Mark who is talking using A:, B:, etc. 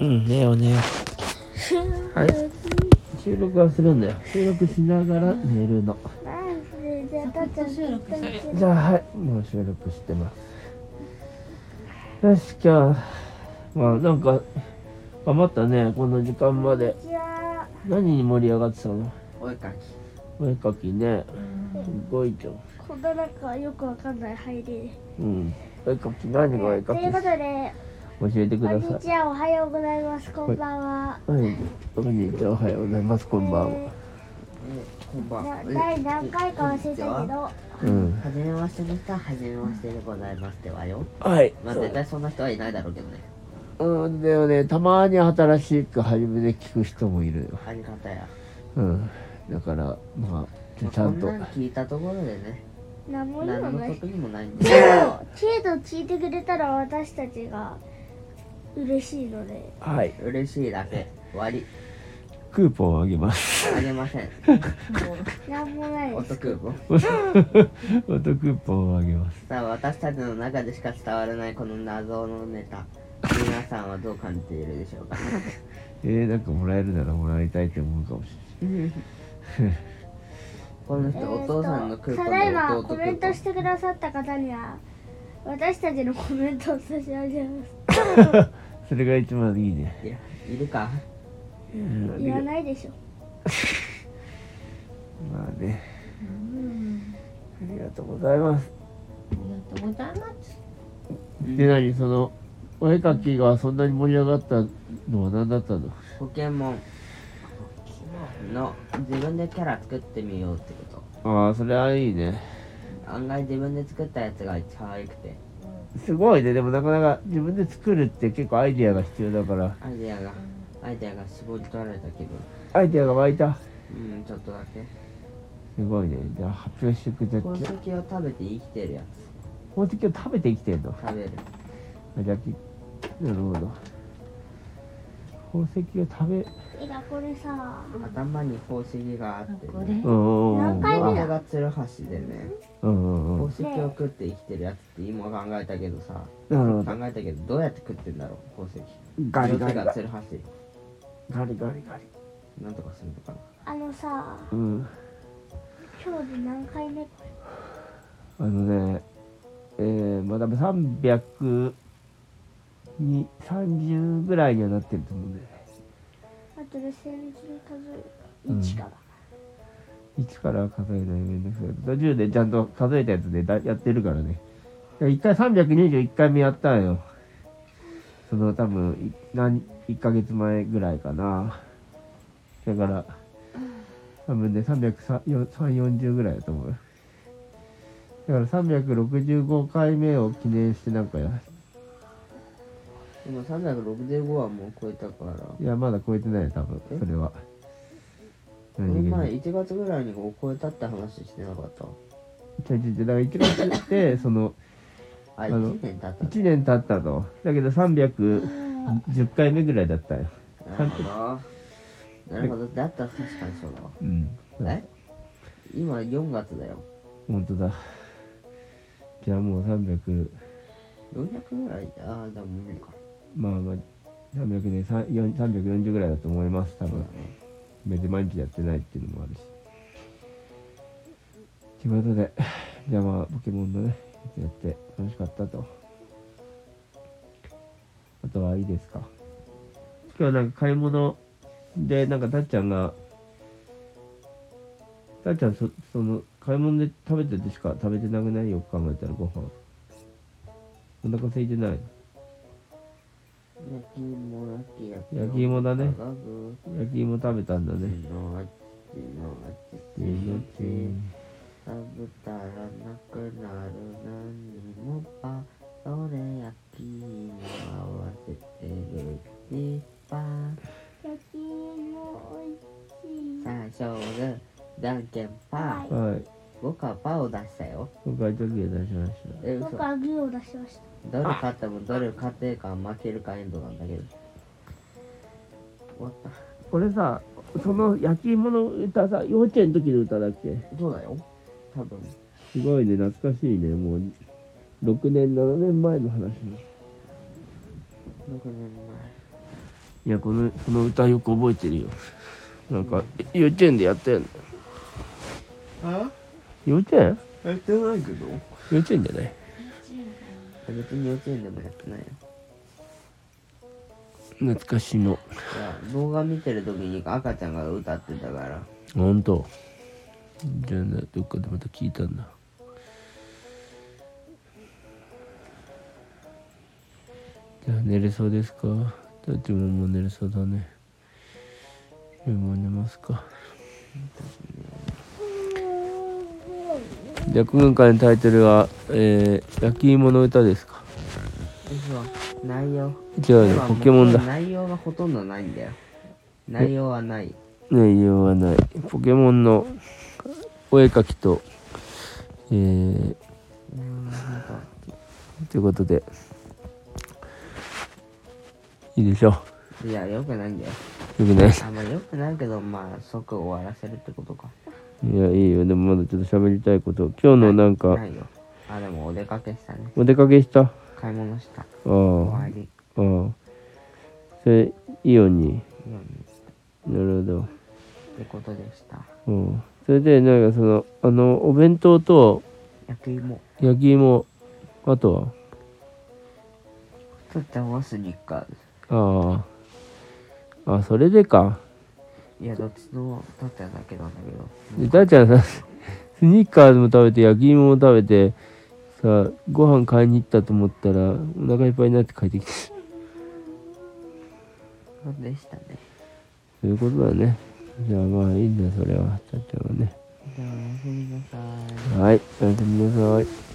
A: うん、寝よう寝よう。はい。収録はするんだよ。収録しながら寝るの。
B: じゃあ、たっちゃん収録して。
A: じゃあ、はい。もう収録してます。よし、今日、まあなんか、頑張ったね、この時間まで。
B: じゃあ、
A: 何に盛り上がってたの
C: お絵かき
A: お絵かきね。すごいじゃん。
B: こんななんかよくわかんない入りで。
A: うん。お絵かき、何がお絵
B: と
A: かき
B: いうことで、
A: 教えてく
B: こ
A: だ
B: ん
A: さ
B: に
A: い。
B: ちは、おはようございます、こんばんは。
A: はい。こんにちは。おはようございます。こんばんは。
C: こんばんは
B: な第何回か忘れたけど、
A: うん。
C: はじめましての人ははじめましてでございますではよ
A: はい。
C: まあ絶対そんな人はいないだろうけどね
A: うん、でもね、たまに新しく初めて聞く人もいるよ。
C: ありがたや、
A: うん。だから、ま
C: ま
A: あ、
C: あ、
A: ちゃんと
C: こん。なん聞いたところでね
B: 何も言
C: 何
B: わな
C: の
B: い。
C: 得
B: け
C: にもないん
B: ど
C: で、
B: 程度聞いてくれたら私たちが嬉しいので、
A: はい。
C: 嬉しいだけ終わり
A: クーポンをあげます。
C: あげませ ん
B: 何もない
C: お
B: です。
C: 得も
A: またクーポンをあげます。
C: さあ私たちの中でしか伝わらないこの謎のネタ皆さんはどう感じているでしょうか
A: えー、なんかもらえるならもらいたいって思うかもし
C: この
B: え
C: 人
B: ー
C: お
B: と
C: 父さんのクーポ
B: た
C: ン
B: だい
C: で
B: ま
C: 弟ク
B: コ
C: ー
B: メン
C: ポ
B: ト
C: ン
B: してくださった方には私たちのコメントを差し上げます
A: れない。それが一番いいね。
C: いやいるか
A: うん
B: 言わないでしょ
A: まあね、
D: うん
A: ありがとうございます。
D: ありがとうございます。
A: で、何その、お絵描きがそんなに盛り上がったのは何だったの
C: ポケモンの自分でキャラ作ってみようってこと
A: ああ、それはいいね。
C: 案外自分で作ったやつが一番愛くて
A: すごいね。でもなかなか自分で作るって結構アイディアが必要だから。
C: アイデアがアイデアが絞り取られた気分
A: アイデアが湧いた。
C: うんちょっとだけ
A: すごいね。じゃあ発表してくれ
C: 宝
A: ちゃ
C: 石を食べて生きてるや
A: 宝石を食べて生きてんの
C: つ食べる
A: あじゃあきなるほど。宝石を食べ、
B: いやこれさ
C: 頭に宝石があって
D: こ
C: ね
D: れ。
A: うんうんうん。
B: 何回
C: 両
B: 目だ
C: 手がツルハシでね
A: うんうんう
C: 宝
A: ん。
C: 石を食って生きてるやつって今考えたけどさ
A: なるほ
C: 考
A: ど。
C: えたけどどうやって食ってんだろう宝石
A: ガリ
C: 両
A: ガ
C: 手
A: リガ
C: が
A: リ。
C: ツルハシ
A: ガリガリガリ。
C: なんとかするのかな
B: あのさ
A: うん。
B: 今日で何回目
A: あのね、えー、まあ多分300に、30ぐらいにはなってると思うんだよね。
B: あとで先日数え
A: うん
B: る1から、
A: 1から数えないめんどくさい途中でちゃんと数えたやつでだやってるからね1回321回目やったんよその多分い何1ヶ月前ぐらいかなだから多分ね340ぐらいだと思うだから365回目を記念してなんかや
C: でも365はもう超えたから
A: いやまだ超えてないよ多分それは
C: この
A: 何気
C: 前
A: に
C: 1月ぐらいにもう超えたって話してなかった
A: ちょいちょいちょいだから1月ってその
C: あ
A: あの
C: 1年経った
A: 1年経ったとだけど310回目ぐらいだったよ、
C: なるほどなるほどだったら確かにそうだわ
A: うん
C: え今4月だよ
A: 本当だじゃあもう300
C: 400ぐらいああでも無理か
A: まあまあ300ねさんよん340ぐらいだと思います多
C: そう
A: 分
C: だね
A: 別に毎日やってないっていうのもあるしということでじゃあまあポケモンのねやつやって楽しかったとあとはいいですか今日なんか買い物でなんかたっちゃんがたっちゃんそその買い物で食べててしか食べてなくないよく考えたらご飯お腹空いてない
C: 焼き芋焼き焼き
A: 焼き芋だね
C: 長く
A: 焼き芋食べたんだね
C: のあっちのあっち
A: うん
C: 食べたらなくなる何もかそれ焼き芋合わせてる一番
B: 焼き芋美味しい
C: 最初はじゃんけんパー
A: はい
C: 僕はパーを出したよ
A: 今回時計出しまし
C: え嘘
B: 僕はグーを出しました
C: どれ勝ってもどれ勝てるか負けるかエンドなんだけど終わった
A: これさその焼き芋の歌さ幼稚園の時の歌だっけ
C: たそうだよ多分
A: すごいね懐かしいねもう6年7年前の話
C: 6年
A: いやこのこの歌よく覚えてるよなんかえ幼稚園でやったよね
C: 前あ
A: 幼稚園
C: やってないけど
A: 幼稚園じゃない
C: 別に幼稚園でもやってないよ
A: 懐かしの
C: いや動画見てる時に赤ちゃんが歌ってたから
A: 本当じゃあなどっかでまた聞いたんだじゃあ寝れそうですかだってもうもう寝れそうだねでもう寝ますかじゃあ今回のタイトルは、えー、焼き芋の歌ですか
C: 嘘内容
A: 違うよポケモンだ
C: 内容がほとんどないんだよ内容はない
A: 内容はないポケモンのお絵描きとえー、
C: うんなんか
A: ということでいいでしょう
C: いやよくないんだよ
A: よくない
C: あんまあよくないけどまあ即終わらせるってことか
A: いやいいよでもまだちょっと喋りたいこと今日のなんか、
C: ないよあでもお出かけしたね
A: お出かけしたあ
C: 買い物した
A: あ
C: 終わ
A: あ
C: り
A: あそれイオンに
C: ようにした
A: なるほど
C: ってことでした
A: うんそれでなんかそのあのお弁当と
C: 焼き芋
A: 焼き芋あと
C: とってはスニッカーズ
A: はあああそれでか
C: いやどっちもとってはだけなんだけど
A: でたーちゃんさ スニッカーズも食べて焼き芋も食べてさご飯買いに行ったと思ったらお腹いっぱいになって帰ってきて
C: そうでしたね
A: そういうことだね。じゃあまあいいんだ、それは。たっちゃんはね。
C: じゃあおやすみなさい
A: はい、おやすみなさい。